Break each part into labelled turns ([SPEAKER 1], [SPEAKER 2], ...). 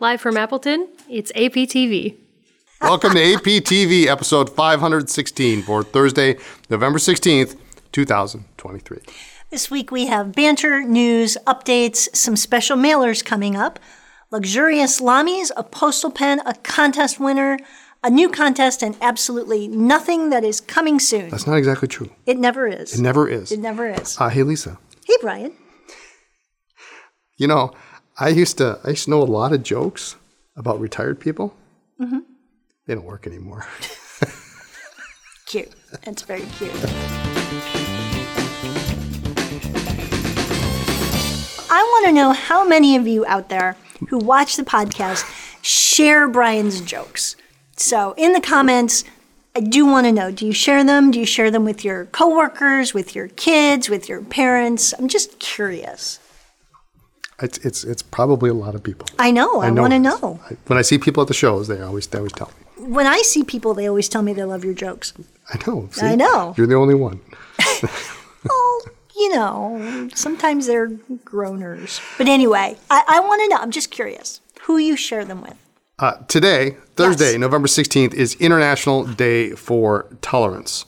[SPEAKER 1] Live from Appleton, it's APTV.
[SPEAKER 2] Welcome to APTV episode 516 for Thursday, November 16th, 2023.
[SPEAKER 3] This week we have banter, news, updates, some special mailers coming up, luxurious lamis, a postal pen, a contest winner, a new contest, and absolutely nothing that is coming soon.
[SPEAKER 2] That's not exactly true.
[SPEAKER 3] it never is.
[SPEAKER 2] It never is.
[SPEAKER 3] It never is.
[SPEAKER 2] Uh, hey, Lisa.
[SPEAKER 3] hey, Brian.
[SPEAKER 2] You know, I used to I used to know a lot of jokes about retired people. Mm-hmm. They don't work anymore.
[SPEAKER 3] Cute. That's very cute. I want to know how many of you out there who watch the podcast share Brian's jokes. So, in the comments, I do want to know do you share them? Do you share them with your coworkers, with your kids, with your parents? I'm just curious.
[SPEAKER 2] It's it's it's probably a lot of people.
[SPEAKER 3] I know, I, want to know.
[SPEAKER 2] I, when I see people at the shows, they always they always tell me.
[SPEAKER 3] When I see people, they always tell me they love your jokes.
[SPEAKER 2] I know. see?
[SPEAKER 3] I know.
[SPEAKER 2] You're the only one.
[SPEAKER 3] well, you know, sometimes they're groaners. But anyway, I, I want to know. I'm just curious who you share them with.
[SPEAKER 2] Uh, today, Thursday,
[SPEAKER 3] Yes.
[SPEAKER 2] November 16th, is International Day for Tolerance.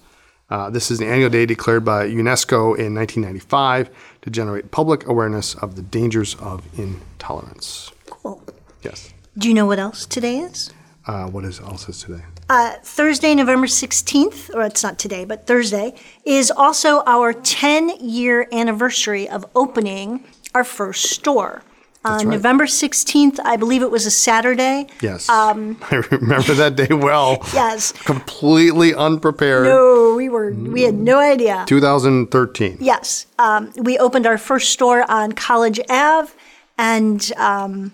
[SPEAKER 2] Uh, this is an annual day declared by UNESCO in 1995 to generate public awareness of the dangers of intolerance.
[SPEAKER 3] Cool.
[SPEAKER 2] Yes.
[SPEAKER 3] Do you know what else today is?
[SPEAKER 2] Uh, what is else is today?
[SPEAKER 3] Uh, Thursday, November 16th, or it's not today, but Thursday, is also our 10 year anniversary of opening our first store. On
[SPEAKER 2] right.
[SPEAKER 3] November 16th, I believe it was a Saturday.
[SPEAKER 2] Yes. Um, I remember that day well.
[SPEAKER 3] Yes.
[SPEAKER 2] Completely unprepared.
[SPEAKER 3] No, we were, we had no idea.
[SPEAKER 2] 2013.
[SPEAKER 3] Yes. Um, we opened our first store on College Ave and um,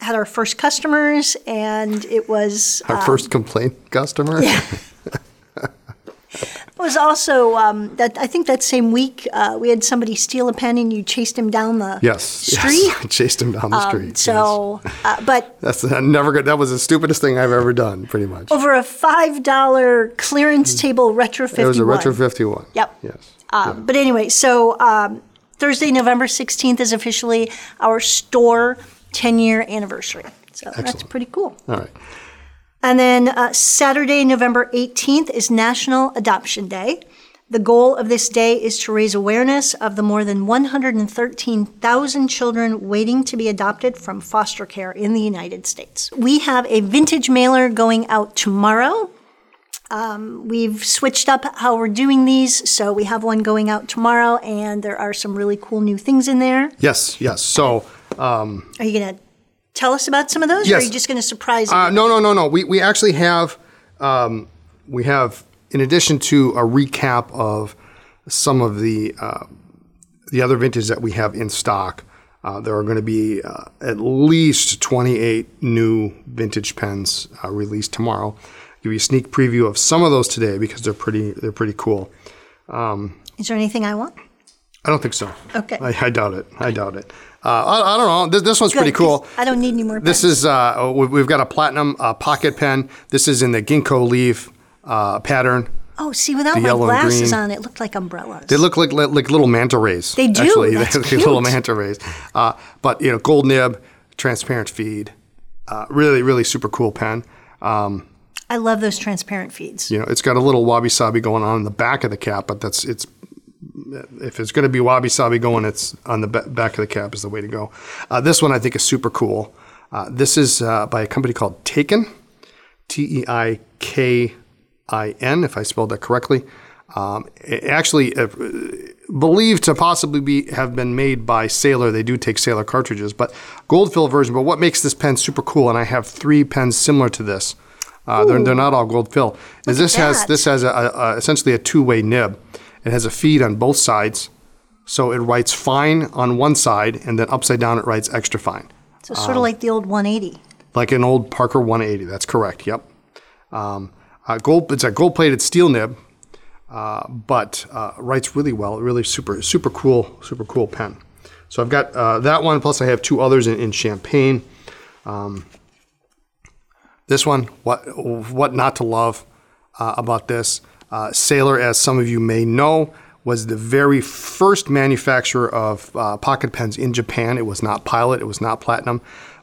[SPEAKER 3] had our first customers, and it was
[SPEAKER 2] Our first complaint customer. Yeah.
[SPEAKER 3] it was also um, that I think that same week uh, we had somebody steal a pen and you chased him down the
[SPEAKER 2] Yes.
[SPEAKER 3] street. Um,
[SPEAKER 2] Yes. I chased him down the street. yes.
[SPEAKER 3] So, uh, but
[SPEAKER 2] that's I never good. That was the stupidest thing I've ever done, pretty much.
[SPEAKER 3] over a five dollar clearance table retro fifty
[SPEAKER 2] Mm. It
[SPEAKER 3] one.
[SPEAKER 2] was a retro 51.
[SPEAKER 3] Yep.
[SPEAKER 2] Yes.
[SPEAKER 3] Um, But anyway, so um, Thursday, November 16th is officially our store 10 year anniversary. So that's
[SPEAKER 2] Excellent.
[SPEAKER 3] pretty cool.
[SPEAKER 2] All right.
[SPEAKER 3] And then uh, Saturday, November 18th is National Adoption Day. The goal of this day is to raise awareness of the more than 113,000 children waiting to be adopted from foster care in the United States. We have a vintage mailer going out tomorrow. Um, we've switched up how we're doing these, so we have one going out tomorrow, and there are some really cool new things in there.
[SPEAKER 2] Yes. Yes. So,
[SPEAKER 3] Are you going to tell us about some of those, or are
[SPEAKER 2] Yes.
[SPEAKER 3] you just going to surprise
[SPEAKER 2] uh, no, no, no, no. We, we actually have, um, we have, in addition to a recap of some of the, uh, the other vintage that we have in stock, uh, there are going to be uh, at least 28 new vintage pens uh, released tomorrow. Give you a sneak preview of some of those today because they're pretty, they're pretty cool.
[SPEAKER 3] Is there anything I want?
[SPEAKER 2] I don't think so.
[SPEAKER 3] Okay.
[SPEAKER 2] I, I doubt it. I doubt it. Uh, I, I don't know. This, this one's pretty
[SPEAKER 3] Good, 'cause
[SPEAKER 2] cool.
[SPEAKER 3] I don't need any more
[SPEAKER 2] This
[SPEAKER 3] pens.
[SPEAKER 2] is uh, oh, we- we've got a platinum uh, pocket pen. This is in the ginkgo leaf uh, pattern.
[SPEAKER 3] Oh, see, without
[SPEAKER 2] the
[SPEAKER 3] my
[SPEAKER 2] yellow and
[SPEAKER 3] glasses
[SPEAKER 2] green.
[SPEAKER 3] on, it looked like umbrellas.
[SPEAKER 2] They look like like, like little manta rays.
[SPEAKER 3] They do.
[SPEAKER 2] Actually,
[SPEAKER 3] That's
[SPEAKER 2] they look like little
[SPEAKER 3] cute.
[SPEAKER 2] manta rays. Uh, but you know, gold nib, transparent feed, uh, really really super cool pen. Um,
[SPEAKER 3] I love those transparent feeds.
[SPEAKER 2] you know, it's got a little wabi sabi going on in the back of the cap, but that's it's. If it's going to be wabi sabi going, it's on the ba- back of the cap is the way to go. Uh, this one I think is super cool. Uh, this is uh, by a company called Taken, T E I K I N, if I spelled that correctly. Um, it actually, uh, believed to possibly be have been made by Sailor. They do take Sailor cartridges, but gold fill version. But what makes this pen super cool? And I have three pens similar to this. Uh, they're, they're not all gold fill. Is this has
[SPEAKER 3] that.
[SPEAKER 2] this has a, a, a- essentially a two way nib. It has a feed on both sides, so it writes fine on one side, and then upside down it writes extra fine,
[SPEAKER 3] So sort of like the old 180.
[SPEAKER 2] like an old Parker 180. That's correct. Yep. Um, uh, gold. It's a gold plated steel nib, uh, but uh, writes really well. Really super super cool super cool pen. So I've got uh, that one. Plus I have two others in, in champagne. Um, this one, what what not to love uh, about this uh, Sailor, as some of you may know, was the very first manufacturer of uh, pocket pens in Japan. It was not Pilot. It was not Platinum.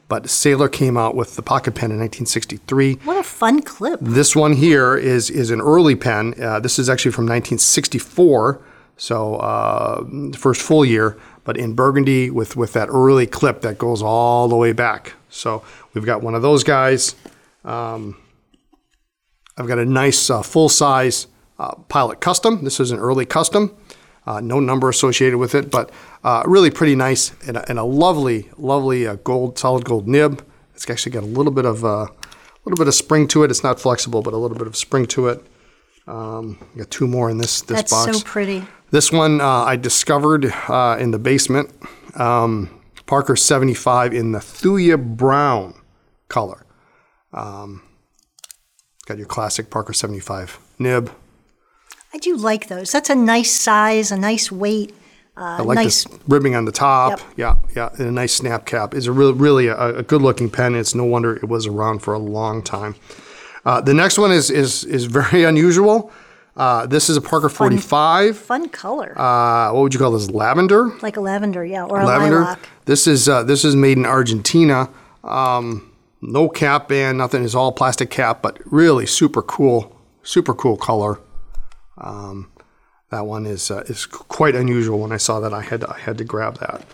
[SPEAKER 2] But Sailor came out with the pocket pen in 1963.
[SPEAKER 3] What a fun clip.
[SPEAKER 2] Mm, This one here is is an early pen. Uh, this is actually from 1964, so uh, the first full year, but in burgundy with with that early clip that goes all the way back. So we've got one of those guys. Um, I've got a nice uh, full size uh, Pilot Custom. This is an early custom. Uh, no number associated with it, but uh, really pretty nice and a, and a lovely, lovely uh, gold, solid gold nib. It's actually got a little bit of uh, a little bit of spring to it. It's not flexible, but a little bit of spring to it. Um, I got two more in this this
[SPEAKER 3] That's
[SPEAKER 2] box.
[SPEAKER 3] so pretty.
[SPEAKER 2] This one uh, I discovered uh, in the basement. Um, Parker 75 in the Thuya brown color. Um, got your classic Parker 75 nib.
[SPEAKER 3] I do like those. That's a nice size, a nice weight.
[SPEAKER 2] I like
[SPEAKER 3] nice-
[SPEAKER 2] this ribbing on the top. Yeah, yeah, and a nice snap cap. It's a real, really a, a good looking pen. It's no wonder it was around for a long time. Uh, the next one is is is very unusual. Uh, this is a Parker 45.
[SPEAKER 3] Fun color.
[SPEAKER 2] Uh, what would you call this? Lavender.
[SPEAKER 3] like a lavender, yeah, or a
[SPEAKER 2] lavender.
[SPEAKER 3] lilac.
[SPEAKER 2] This is uh, this is made in Argentina. Um, no cap band, nothing. It's all plastic cap, but really super cool, super cool color. Um, that one is uh, is quite unusual. When I saw that, I had to, I had to grab that.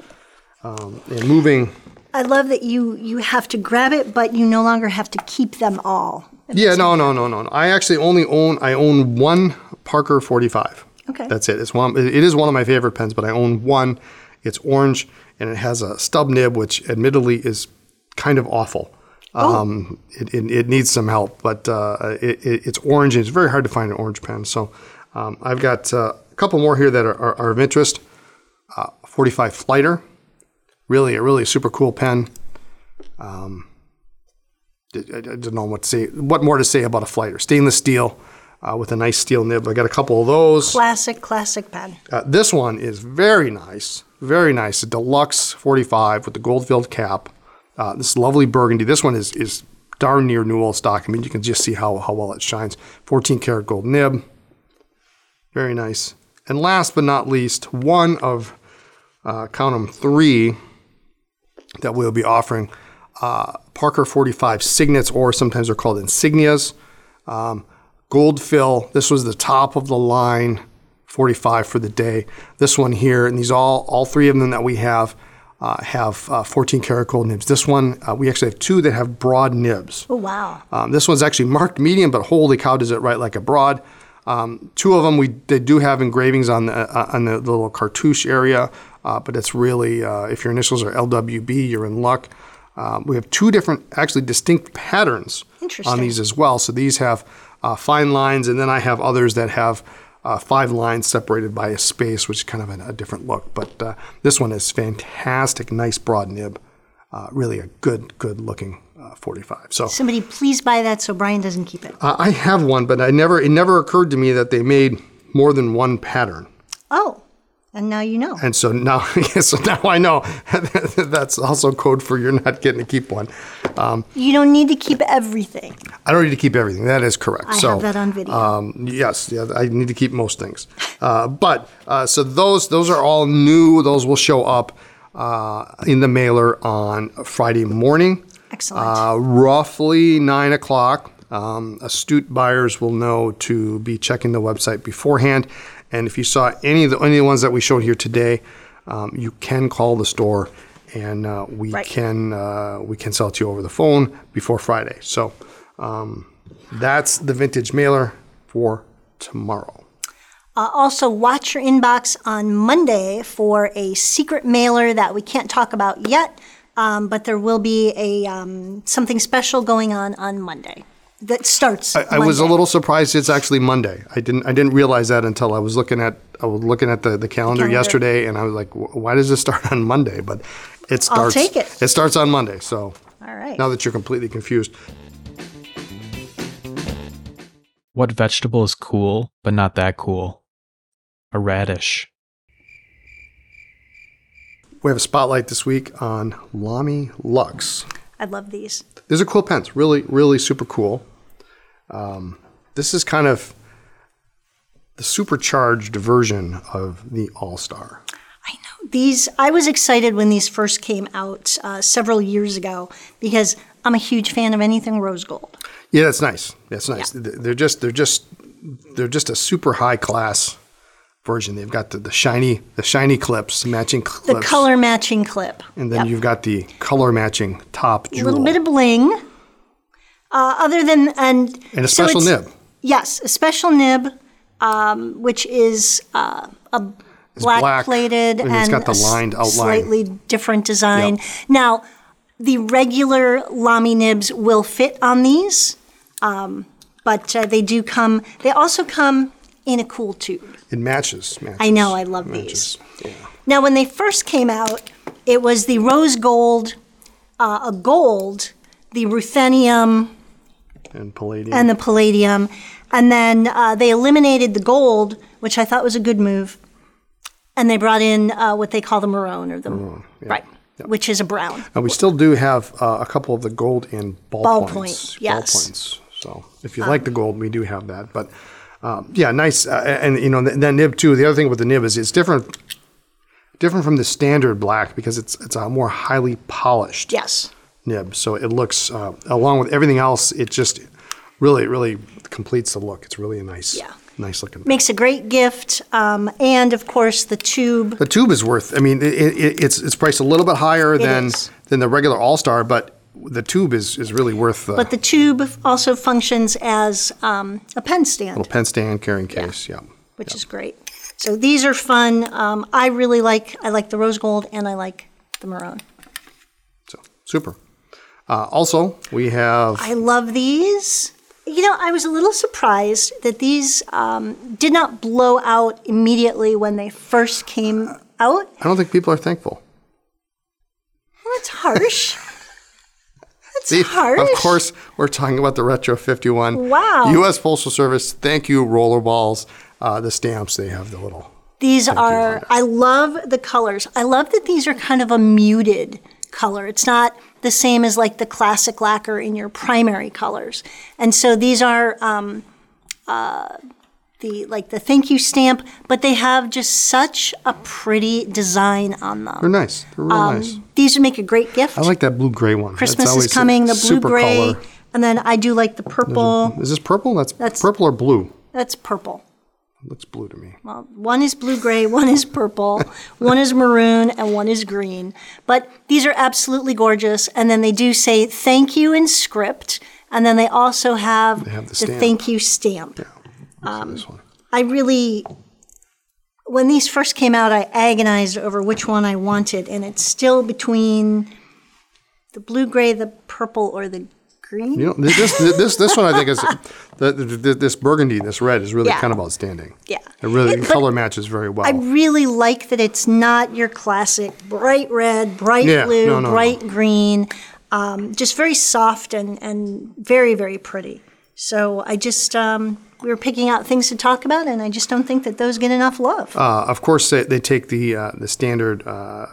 [SPEAKER 2] Um, and moving,
[SPEAKER 3] I love that you you have to grab it, but you no longer have to keep them all.
[SPEAKER 2] yeah, no, no, no, no. no. I actually only own I own one Parker 45.
[SPEAKER 3] Okay.
[SPEAKER 2] That's it. It's one. It is one of my favorite pens, but I own one. It's orange and it has a stub nib, which admittedly is kind of awful. Um, it, it, it needs some help, but uh, it, it, it's orange and it's very hard to find an orange pen. So um, I've got uh, a couple more here that are, are, are of interest. Uh, 45 Flighter, really, a really super cool pen. I, I don't know what to say. What more to say about a Flighter? Stainless steel uh, with a nice steel nib. I got a couple of those.
[SPEAKER 3] Classic, classic pen.
[SPEAKER 2] Uh, this one is very nice, very nice. A deluxe 45 with the gold filled cap. Uh, this lovely burgundy. This one is is darn near new old stock. I mean, you can just see how how well it shines. 14 karat gold nib. Very nice. And last but not least, one of uh, count 'em, three that we'll be offering uh, Parker 45 signets, or sometimes they're called insignias. Um, gold fill. This was the top of the line 45 for the day. This one here, and these all all three of them that we have uh, have uh, 14 karat gold nibs. This one uh, we actually have two that have broad nibs.
[SPEAKER 3] Oh wow,
[SPEAKER 2] Um, this one's actually marked medium, but holy cow, does it write like a broad. Um, two of them we they do have engravings on the uh, on the little cartouche area, uh, but it's really uh, if your initials are LWB, you're in luck. Um, we have two different, actually distinct patterns on
[SPEAKER 3] Interesting.
[SPEAKER 2] these as well. So these have uh, fine lines, and then I have others that have uh, five lines separated by a space, which is kind of a, a different look. But uh, this one is fantastic, nice broad nib, uh, really a good, good looking uh, 45. So
[SPEAKER 3] somebody please buy that so Brian doesn't keep it.
[SPEAKER 2] uh, I have one, but I never it never occurred to me that they made more than one pattern.
[SPEAKER 3] Oh, and now you know.
[SPEAKER 2] And so now, so now I know that's also code for you're not getting to keep one.
[SPEAKER 3] You don't need to keep everything.
[SPEAKER 2] I don't need to keep everything. That is correct.
[SPEAKER 3] I
[SPEAKER 2] so
[SPEAKER 3] have that on video.
[SPEAKER 2] Um, yes, yeah, I need to keep most things. Uh, but uh, so those those are all new. Those will show up uh, in the mailer on Friday morning.
[SPEAKER 3] Excellent.
[SPEAKER 2] Uh, roughly nine o'clock. Um, astute buyers will know to be checking the website beforehand. And if you saw any of the any of the ones that we showed here today, um, you can call the store, and uh, we
[SPEAKER 3] Right.
[SPEAKER 2] can uh, we can sell it to you over the phone before Friday. So um, that's the vintage mailer for tomorrow.
[SPEAKER 3] Uh, also, watch your inbox on Monday for a secret mailer that we can't talk about yet, um, but there will be a um, something special going on on Monday that starts.
[SPEAKER 2] I was a
[SPEAKER 3] Monday.
[SPEAKER 2] little surprised it's actually Monday. I didn't I didn't realize that until I was looking at I was looking at the, the calendar
[SPEAKER 3] calendar.
[SPEAKER 2] yesterday and I was like, "Wh- why does this start on Monday? But it starts
[SPEAKER 3] take it.
[SPEAKER 2] It starts on Monday. So
[SPEAKER 3] All right.
[SPEAKER 2] now that you're completely confused.
[SPEAKER 4] What vegetable is cool, but not that cool? A radish.
[SPEAKER 2] We have a spotlight this week on Lamy Lux.
[SPEAKER 3] I love these.
[SPEAKER 2] These are cool pens, really, really super cool. Um, this is kind of the supercharged version of the All Star.
[SPEAKER 3] I know these, I was excited when these first came out uh, several years ago because I'm a huge fan of anything rose gold.
[SPEAKER 2] Yeah, that's nice. That's nice. Th- They're just they're just they're just a super high class version. They've got the, the shiny the shiny clips, matching clips,
[SPEAKER 3] The color matching clip.
[SPEAKER 2] and then you've got the color matching top
[SPEAKER 3] A
[SPEAKER 2] jewel
[SPEAKER 3] little bit of bling. Uh, other than, and.
[SPEAKER 2] and a
[SPEAKER 3] so
[SPEAKER 2] special
[SPEAKER 3] it's-
[SPEAKER 2] nib.
[SPEAKER 3] Yes, a special nib, um, which is uh, a black,
[SPEAKER 2] black,
[SPEAKER 3] plated
[SPEAKER 2] and
[SPEAKER 3] and,
[SPEAKER 2] it's got the
[SPEAKER 3] a s-
[SPEAKER 2] lined outline.
[SPEAKER 3] slightly different design.
[SPEAKER 2] Yep.
[SPEAKER 3] Now, the regular Lamy nibs will fit on these, um, but uh, they do come. They also come in a cool tube.
[SPEAKER 2] It matches. matches
[SPEAKER 3] I know, I love
[SPEAKER 2] matches.
[SPEAKER 3] these. Now, when they first came out, it was the rose gold, uh, a gold, the ruthenium,
[SPEAKER 2] and palladium.
[SPEAKER 3] and the palladium. And then uh, they eliminated the gold, which I thought was a good move. And they brought in uh, what they call the maroon or the right, which is a brown.
[SPEAKER 2] Now, we still do have uh, a couple of the gold and ball,
[SPEAKER 3] Ball
[SPEAKER 2] points.
[SPEAKER 3] point, yes. Um,
[SPEAKER 2] Ball points. So if you like the gold, we do have that. But um, yeah, nice. Uh, and you know th- that nib too. The other thing with the nib is it's different, different from the standard black because it's it's a more highly polished
[SPEAKER 3] Yes,
[SPEAKER 2] nib. So it looks uh, along with everything else, it just really really completes the look. It's really a nice,
[SPEAKER 3] Yeah.
[SPEAKER 2] nice looking.
[SPEAKER 3] makes a great gift. Um, and of course, the tube.
[SPEAKER 2] The tube is worth. I mean, it, it, it's it's priced a little bit higher than
[SPEAKER 3] is.
[SPEAKER 2] than the regular All Star, but the tube is is really worth. Uh,
[SPEAKER 3] But the tube also functions as um, a pen stand.
[SPEAKER 2] Little pen stand carrying case. Oh, Yeah.
[SPEAKER 3] which is great. So these are fun. Um, I really like. I like the rose gold and I like the maroon.
[SPEAKER 2] So super. Uh, also, we have
[SPEAKER 3] I love these. You know, I was a little surprised that these um, did not blow out immediately when they first came out.
[SPEAKER 2] I don't think people are thankful.
[SPEAKER 3] Well, that's harsh. that's
[SPEAKER 2] See,
[SPEAKER 3] harsh.
[SPEAKER 2] Of course, we're talking about the Retro 51.
[SPEAKER 3] Wow.
[SPEAKER 2] U.S. Postal Service, thank you, rollerballs. Uh, the stamps, they have the little.
[SPEAKER 3] These are, I love the colors. I love that these are kind of a muted color. It's not the same as like the classic lacquer in your primary colors. And so these are um, uh, the like the thank you stamp, but they have just such a pretty design on them.
[SPEAKER 2] They're nice. They're real nice.
[SPEAKER 3] These would make a great gift.
[SPEAKER 2] I like that blue gray one. That's
[SPEAKER 3] Um, Christmas
[SPEAKER 2] always
[SPEAKER 3] is
[SPEAKER 2] a
[SPEAKER 3] coming, the blue
[SPEAKER 2] super
[SPEAKER 3] gray.
[SPEAKER 2] color.
[SPEAKER 3] And then I do like the purple.
[SPEAKER 2] Is this purple? That's,
[SPEAKER 3] That's-
[SPEAKER 2] purple or blue.
[SPEAKER 3] That's purple.
[SPEAKER 2] Looks blue to me.
[SPEAKER 3] Well, one is blue gray, one is purple, one is maroon, and one is green. But these are absolutely gorgeous. And then they do say thank you in script. And then they also have,
[SPEAKER 2] have the stamp.
[SPEAKER 3] thank you stamp.
[SPEAKER 2] Um, this one.
[SPEAKER 3] I really, when these first came out, I agonized over which one I wanted. And it's still between the blue gray, the purple, or the green.
[SPEAKER 2] You know, this this this, this one I think is the, the, the, this burgundy, this red is really
[SPEAKER 3] Yeah.
[SPEAKER 2] kind of outstanding.
[SPEAKER 3] Yeah.
[SPEAKER 2] it really
[SPEAKER 3] It- but
[SPEAKER 2] color matches very well.
[SPEAKER 3] I really like that it's not your classic bright red, bright
[SPEAKER 2] Yeah,
[SPEAKER 3] blue,
[SPEAKER 2] no, no, no.
[SPEAKER 3] bright green. Um, just very soft and, and very, very pretty. So I just, um, we were picking out things to talk about, and I just don't think that those get enough love.
[SPEAKER 2] Uh, of course, they, they take the uh, the standard uh,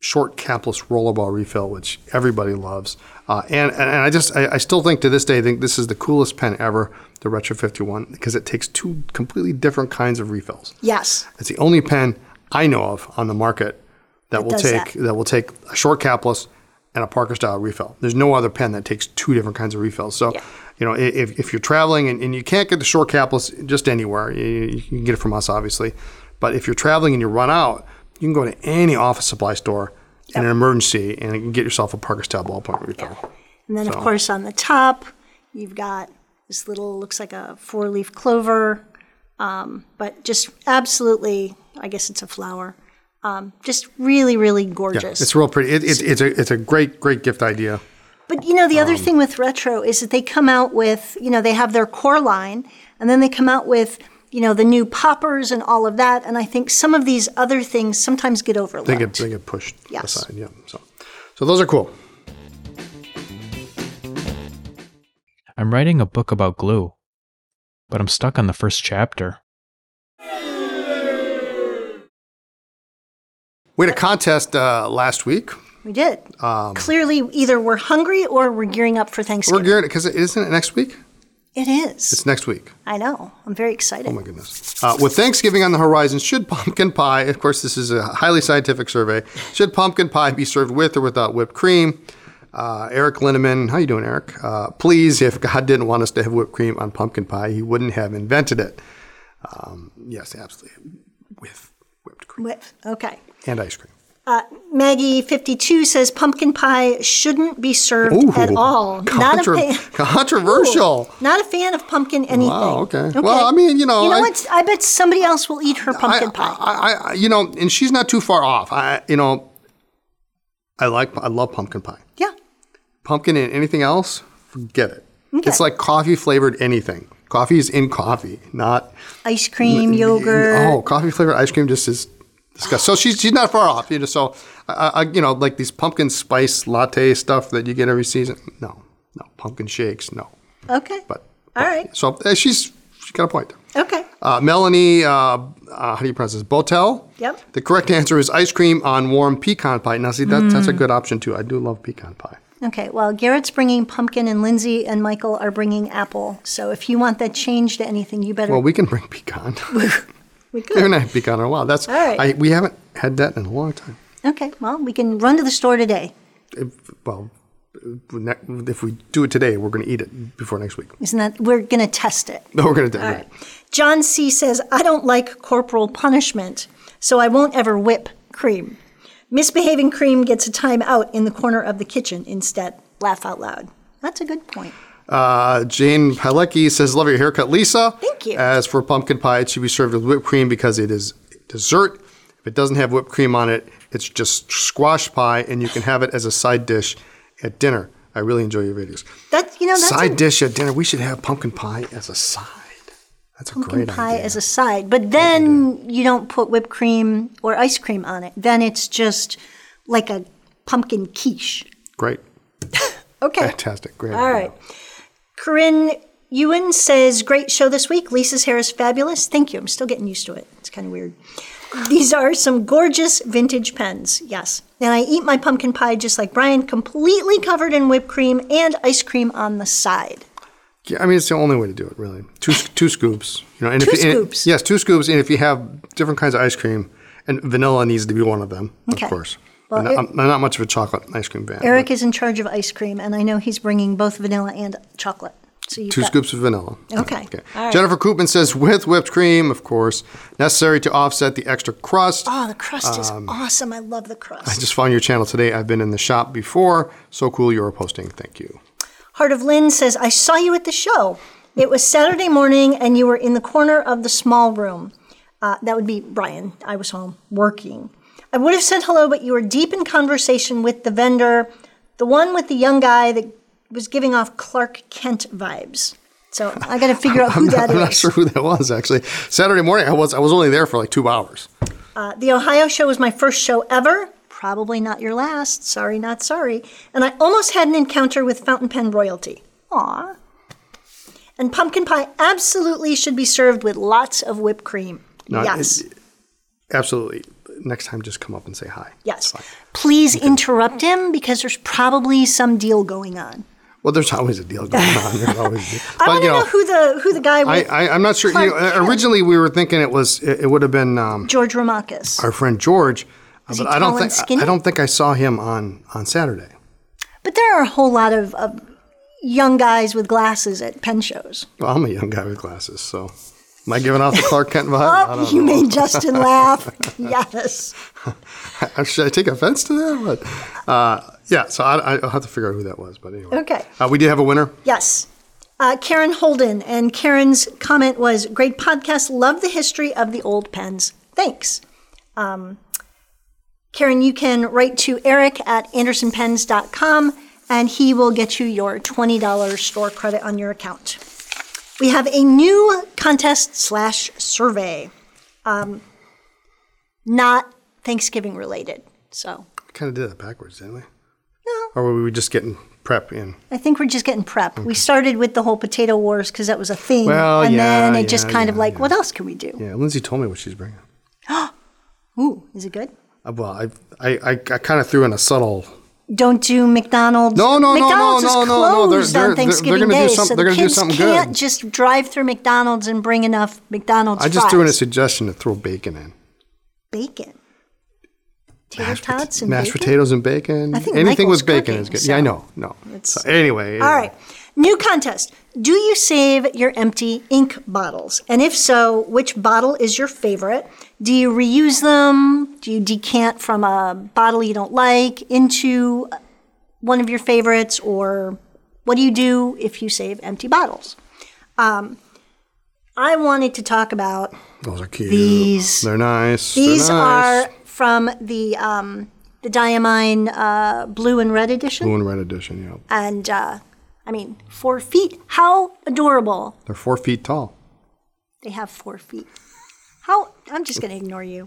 [SPEAKER 2] short capless rollerball refill, which everybody loves. Uh, and, and and I just I, I still think to this day think this is the coolest pen ever, the Retro 51, because it takes two completely different kinds of refills.
[SPEAKER 3] yes.
[SPEAKER 2] It's the only pen I know of on the market that, will
[SPEAKER 3] does
[SPEAKER 2] take that. will take a short capless and a Parker style refill. There's no other pen that takes two different kinds of refills. So, you know, i- if, if you're traveling and, and you can't get the short capless just anywhere, you, you can get it from us, obviously. But if you're traveling and you run out, you can go to any office supply store in an emergency and you can get yourself a Parker style ballpoint refill.
[SPEAKER 3] And then, of course, on the top, you've got this little, looks like a four leaf clover, um, but just absolutely, I guess it's a flower. Um, just really, really gorgeous.
[SPEAKER 2] It's real pretty. It, it's it's a it's a great great gift idea.
[SPEAKER 3] But you know, the
[SPEAKER 2] Um,
[SPEAKER 3] other thing with retro is that they come out with, you know, they have their core line and then they come out with, you know, the new poppers and all of that. And I think some of these other things sometimes get overlooked.
[SPEAKER 2] They get they get pushed
[SPEAKER 3] Yes.
[SPEAKER 2] aside. Yeah. So so those are cool.
[SPEAKER 4] I'm writing a book about glue, but I'm stuck on the first chapter.
[SPEAKER 2] We had a contest uh, last week. Um,
[SPEAKER 3] we did. Clearly, either we're hungry or we're gearing up for
[SPEAKER 2] We're
[SPEAKER 3] Thanksgiving.
[SPEAKER 2] geared because isn't it next week?
[SPEAKER 3] It is.
[SPEAKER 2] It's next week.
[SPEAKER 3] I know. I'm very excited.
[SPEAKER 2] Oh my goodness. Uh, with Thanksgiving on the horizon, should pumpkin pie, of course, this is a highly scientific survey, should pumpkin pie be served with or without whipped cream? Uh, Eric Linneman, how you doing, Eric? Uh, please, if God didn't want us to have whipped cream on pumpkin pie, he wouldn't have invented it. Um, yes, absolutely. With whipped cream
[SPEAKER 3] Whip. Okay.
[SPEAKER 2] and ice cream.
[SPEAKER 3] Maggie fifty two says pumpkin pie shouldn't be served at all. Not
[SPEAKER 2] Contra-
[SPEAKER 3] a fan.
[SPEAKER 2] controversial.
[SPEAKER 3] Not a fan of pumpkin anything.
[SPEAKER 2] Wow, okay. Well, I mean, you know,
[SPEAKER 3] you know
[SPEAKER 2] I-
[SPEAKER 3] what? I bet somebody else will eat her pumpkin
[SPEAKER 2] I,
[SPEAKER 3] pie.
[SPEAKER 2] I, I, you know, and she's not too far off. I, you know, I like, I love pumpkin pie.
[SPEAKER 3] yeah.
[SPEAKER 2] pumpkin and anything else, forget it. It's like coffee flavored anything. Coffee is in coffee, not
[SPEAKER 3] Ice cream, yogurt.
[SPEAKER 2] oh, coffee flavored ice cream just is disgusting. So she's she's not far off, you know. So I, I, you know, like these pumpkin spice latte stuff that you get every season. No, no pumpkin shakes. No,
[SPEAKER 3] Okay.
[SPEAKER 2] but
[SPEAKER 3] all right.
[SPEAKER 2] so uh, she's she got a point.
[SPEAKER 3] Okay.
[SPEAKER 2] Uh, Melanie, uh, uh, how do you pronounce this? Botel.
[SPEAKER 3] Yep.
[SPEAKER 2] The correct answer is ice cream on warm pecan pie. Now, see, that,
[SPEAKER 3] Hmm.
[SPEAKER 2] that's a good option too. I do love pecan pie.
[SPEAKER 3] Okay. Well, Garrett's bringing pumpkin, and Lindsay and Michael are bringing apple. So if you want that changed to anything, you better.
[SPEAKER 2] Well, we can bring pecan.
[SPEAKER 3] we
[SPEAKER 2] They're
[SPEAKER 3] could.
[SPEAKER 2] not pecan in a while. That's
[SPEAKER 3] All right.
[SPEAKER 2] I, we haven't had that in a long time.
[SPEAKER 3] Okay. Well, we can run to the store today.
[SPEAKER 2] If, well, ne- if we do it today, we're going to eat it before next week.
[SPEAKER 3] Isn't that? We're gonna test it.
[SPEAKER 2] No, we're going to do it.
[SPEAKER 3] All right. John C. says, I don't like corporal punishment, so I won't ever whip cream. Misbehaving cream gets a time out in the corner of the kitchen instead. Laugh out loud. That's a good point.
[SPEAKER 2] Uh, Jane Pilecki says, "Love your haircut, Lisa."
[SPEAKER 3] Thank you.
[SPEAKER 2] As for pumpkin pie, it should be served with whipped cream because it is dessert. If it doesn't have whipped cream on it, it's just squash pie, and you can have it as a side dish at dinner. I really enjoy your videos.
[SPEAKER 3] That you know, Oh, that's
[SPEAKER 2] side
[SPEAKER 3] a
[SPEAKER 2] dish at dinner. We should have pumpkin pie as a side. That's a
[SPEAKER 3] pumpkin
[SPEAKER 2] great
[SPEAKER 3] pie
[SPEAKER 2] idea.
[SPEAKER 3] as a side, but then you don't put whipped cream or ice cream on it. Then it's just like a pumpkin quiche.
[SPEAKER 2] great,
[SPEAKER 3] Okay.
[SPEAKER 2] fantastic, great.
[SPEAKER 3] Oh. All right. Corinne Ewan says, Great show this week. Lisa's hair is fabulous. Thank you. I'm still getting used to it. It's kind of weird. These are some gorgeous vintage pens. Yes. And I eat my pumpkin pie just like Brian, completely covered in whipped cream and ice cream on the side.
[SPEAKER 2] Yeah, I mean, it's the only way to do it, really. Two s- two scoops, you know. And
[SPEAKER 3] Two
[SPEAKER 2] if you, and-
[SPEAKER 3] scoops?
[SPEAKER 2] yes, two scoops. And if you have different kinds of ice cream, and vanilla needs to be one of them,
[SPEAKER 3] Okay.
[SPEAKER 2] of course.
[SPEAKER 3] Well,
[SPEAKER 2] I'm, not, I'm- I'm not much of a chocolate ice cream fan.
[SPEAKER 3] Eric
[SPEAKER 2] but
[SPEAKER 3] is in charge of ice cream, and I know he's bringing both vanilla and chocolate. So you've
[SPEAKER 2] two
[SPEAKER 3] got-
[SPEAKER 2] scoops of vanilla.
[SPEAKER 3] Okay. All right.
[SPEAKER 2] Jennifer Koopman says with whipped cream, of course, necessary to offset the extra crust.
[SPEAKER 3] Oh, the crust is
[SPEAKER 2] Um,
[SPEAKER 3] awesome. I love the crust.
[SPEAKER 2] I just found your channel today. I've been in the shop before. So cool you are posting. Thank you.
[SPEAKER 3] Heart of Lynn says, I saw you at the show. It was Saturday morning and you were in the corner of the small room. Uh, that would be Brian. I was home working. I would have said hello, but you were deep in conversation with the vendor, the one with the young guy that was giving off Clark Kent vibes. So I got to figure out who that
[SPEAKER 2] I'm
[SPEAKER 3] is.
[SPEAKER 2] not sure who that was actually. Saturday morning, I was I was only there for like two hours.
[SPEAKER 3] Uh, the Ohio show was my first show ever. Probably not your last. Sorry, not sorry. And I almost had an encounter with fountain pen royalty. Aw. And pumpkin pie absolutely should be served with lots of whipped cream.
[SPEAKER 2] No,
[SPEAKER 3] yes.
[SPEAKER 2] it- Absolutely. Next time, just come up and say hi.
[SPEAKER 3] yes. Please interrupt him because there's probably some deal going on.
[SPEAKER 2] Well, there's always a deal going on. There's always a deal.
[SPEAKER 3] I want to know, who the who the guy
[SPEAKER 2] I,
[SPEAKER 3] was.
[SPEAKER 2] I, I'm not sure. You know,
[SPEAKER 3] Clark Kent.
[SPEAKER 2] originally, we were thinking it was it, it would have been um,
[SPEAKER 3] George Ramakis.
[SPEAKER 2] our friend George, uh,
[SPEAKER 3] Is
[SPEAKER 2] but
[SPEAKER 3] he
[SPEAKER 2] I
[SPEAKER 3] tall
[SPEAKER 2] don't
[SPEAKER 3] and
[SPEAKER 2] think
[SPEAKER 3] skinny?
[SPEAKER 2] I don't think I saw him on on Saturday.
[SPEAKER 3] But there are a whole lot of, of young guys with glasses at pen shows.
[SPEAKER 2] Well, I'm a young guy with glasses, so am I giving off the Clark Kent vibe? I
[SPEAKER 3] Oh,
[SPEAKER 2] don't
[SPEAKER 3] you made Justin laugh. yes.
[SPEAKER 2] know. Should I take offense to that? But uh, yeah, so I, I'll have to figure out who that was. But anyway,
[SPEAKER 3] Okay.
[SPEAKER 2] Uh, we did have a winner.
[SPEAKER 3] Yes. Uh, Karen Holden, and Karen's comment was Great podcast, love the history of the old pens. Thanks. Um, Karen, you can write to Eric at AndersonPens.com and he will get you your $20 store credit on your account. We have a new contest slash survey, um, not Thanksgiving related. So,
[SPEAKER 2] Kind of did that backwards, didn't we?
[SPEAKER 3] no,
[SPEAKER 2] Or were we just getting prep in?
[SPEAKER 3] I think we're just getting prep. We started with the whole potato wars because that was a thing.
[SPEAKER 2] Well,
[SPEAKER 3] and
[SPEAKER 2] yeah,
[SPEAKER 3] then it just
[SPEAKER 2] yeah,
[SPEAKER 3] kind of
[SPEAKER 2] yeah,
[SPEAKER 3] like,
[SPEAKER 2] yeah.
[SPEAKER 3] what else can we do?
[SPEAKER 2] Yeah, Lindsay told me what she's bringing.
[SPEAKER 3] Ooh, is it good?
[SPEAKER 2] Uh, Well, I I, I, I kind of threw in a subtle
[SPEAKER 3] Don't do McDonald's.
[SPEAKER 2] No, no, no, no,
[SPEAKER 3] McDonald's is
[SPEAKER 2] no, no, no. They're-
[SPEAKER 3] closed
[SPEAKER 2] they're-
[SPEAKER 3] on
[SPEAKER 2] they're- they're
[SPEAKER 3] Thanksgiving
[SPEAKER 2] gonna do
[SPEAKER 3] Day,
[SPEAKER 2] some-
[SPEAKER 3] so
[SPEAKER 2] they're
[SPEAKER 3] the
[SPEAKER 2] gonna do
[SPEAKER 3] kids
[SPEAKER 2] something good.
[SPEAKER 3] can't just drive through McDonald's and bring enough McDonald's
[SPEAKER 2] I just threw in a
[SPEAKER 3] fries.
[SPEAKER 2] suggestion to throw bacon in.
[SPEAKER 3] bacon, tater
[SPEAKER 2] Mashed pota-
[SPEAKER 3] tots, and
[SPEAKER 2] mashed
[SPEAKER 3] bacon?
[SPEAKER 2] potatoes and bacon.
[SPEAKER 3] I think
[SPEAKER 2] Anything
[SPEAKER 3] Michael's
[SPEAKER 2] with bacon
[SPEAKER 3] cooking,
[SPEAKER 2] is good.
[SPEAKER 3] so
[SPEAKER 2] Yeah, I know. No.
[SPEAKER 3] it's-
[SPEAKER 2] So anyway,
[SPEAKER 3] All
[SPEAKER 2] anyway.
[SPEAKER 3] right. New contest. Do you save your empty ink bottles? And if so, which bottle is your favorite? Do you reuse them? Do you decant from a bottle you don't like into one of your favorites? Or what do you do if you save empty bottles? Um, I wanted to talk about
[SPEAKER 2] Those are cute.
[SPEAKER 3] These-
[SPEAKER 2] They're nice. They're
[SPEAKER 3] these
[SPEAKER 2] nice.
[SPEAKER 3] are from the um, the Diamine uh, blue and red edition.
[SPEAKER 2] blue and red edition. Yeah,
[SPEAKER 3] and uh, I mean, four feet. How adorable!
[SPEAKER 2] they're four feet tall.
[SPEAKER 3] They have four feet. How? I'm just gonna ignore you.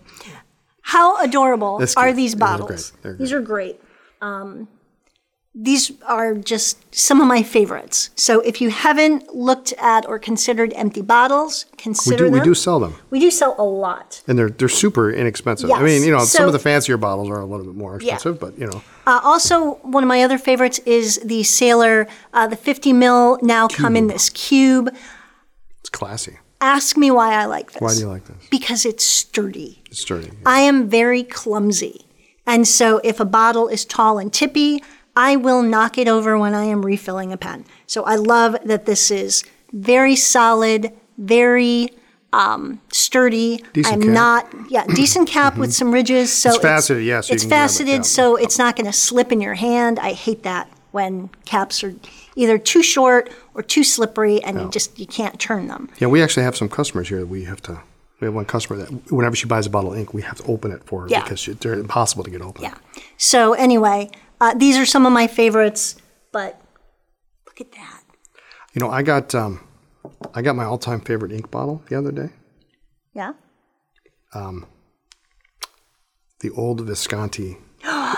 [SPEAKER 3] How adorable
[SPEAKER 2] That's
[SPEAKER 3] are
[SPEAKER 2] cute.
[SPEAKER 3] these
[SPEAKER 2] These are
[SPEAKER 3] bottles?
[SPEAKER 2] great. They're
[SPEAKER 3] These are great. Um, these are just some of my favorites. So if you haven't looked at or considered empty bottles,
[SPEAKER 2] We
[SPEAKER 3] consider
[SPEAKER 2] do we
[SPEAKER 3] them.
[SPEAKER 2] do sell them,
[SPEAKER 3] We do sell a lot.
[SPEAKER 2] and they're they're super inexpensive. I mean,
[SPEAKER 3] Yes.
[SPEAKER 2] you know, some
[SPEAKER 3] So-
[SPEAKER 2] of the fancier bottles are a little bit more expensive, but you know,
[SPEAKER 3] Uh, also, one of my other favorites is the Sailor, uh, the 50 mil now come in this cube.
[SPEAKER 2] it's classy.
[SPEAKER 3] Ask me why I like this.
[SPEAKER 2] Why do you like this?
[SPEAKER 3] because it's sturdy.
[SPEAKER 2] It's sturdy.
[SPEAKER 3] I am very clumsy. And so if a bottle is tall and tippy, I will knock it over when I am refilling a pen. So I love that this is very solid, very um, sturdy.
[SPEAKER 2] Decent
[SPEAKER 3] I'm
[SPEAKER 2] cap. Mm-hmm.
[SPEAKER 3] not, yeah, decent cap with some ridges. So
[SPEAKER 2] It's faceted, yeah, so you
[SPEAKER 3] it's
[SPEAKER 2] can grab it,
[SPEAKER 3] faceted,
[SPEAKER 2] yeah.
[SPEAKER 3] so it's not going to slip in your hand. I hate that when caps are either too short or too slippery, and you just you can't turn them.
[SPEAKER 2] Yeah, we actually have some customers here that we have to. We have one customer that whenever she buys a bottle of ink, we have to open it for her
[SPEAKER 3] Yeah.
[SPEAKER 2] because she, they're impossible to get open.
[SPEAKER 3] Yeah. So anyway, uh, these are some of my favorites, but look at that.
[SPEAKER 2] You know, I got um, I got my all-time favorite ink bottle the other day, um,
[SPEAKER 3] Yeah.
[SPEAKER 2] the old Visconti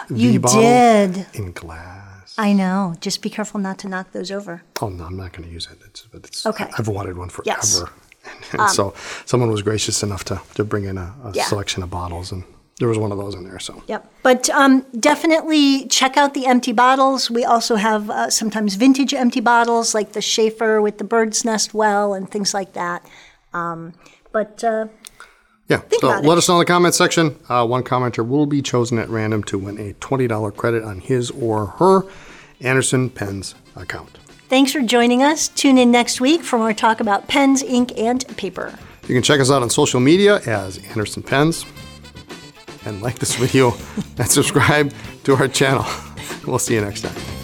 [SPEAKER 3] You
[SPEAKER 2] V bottle
[SPEAKER 3] did.
[SPEAKER 2] in glass.
[SPEAKER 3] I know. Just be careful not to knock those over.
[SPEAKER 2] Oh no, I'm not going to use it. It's, but it's,
[SPEAKER 3] Okay.
[SPEAKER 2] I've wanted one forever.
[SPEAKER 3] Yes. Um,
[SPEAKER 2] And, and so someone was gracious enough to, to bring in a, a
[SPEAKER 3] Yeah.
[SPEAKER 2] selection of bottles, and there was one of those in there. So
[SPEAKER 3] Yep. But um, definitely check out the empty bottles. We also have uh, sometimes vintage empty bottles, like the Schaefer with the bird's nest well and things like that. Um, but uh,
[SPEAKER 2] yeah, so
[SPEAKER 3] about
[SPEAKER 2] let
[SPEAKER 3] it.
[SPEAKER 2] us know in the comment section. Uh, one commenter will be chosen at random to win a twenty dollar credit on his or her Anderson Pens account.
[SPEAKER 3] thanks for joining us. Tune in next week for more talk about pens, ink, and paper.
[SPEAKER 2] You can check us out on social media as Anderson Pens, and like this video and subscribe to our channel. We'll see you next time.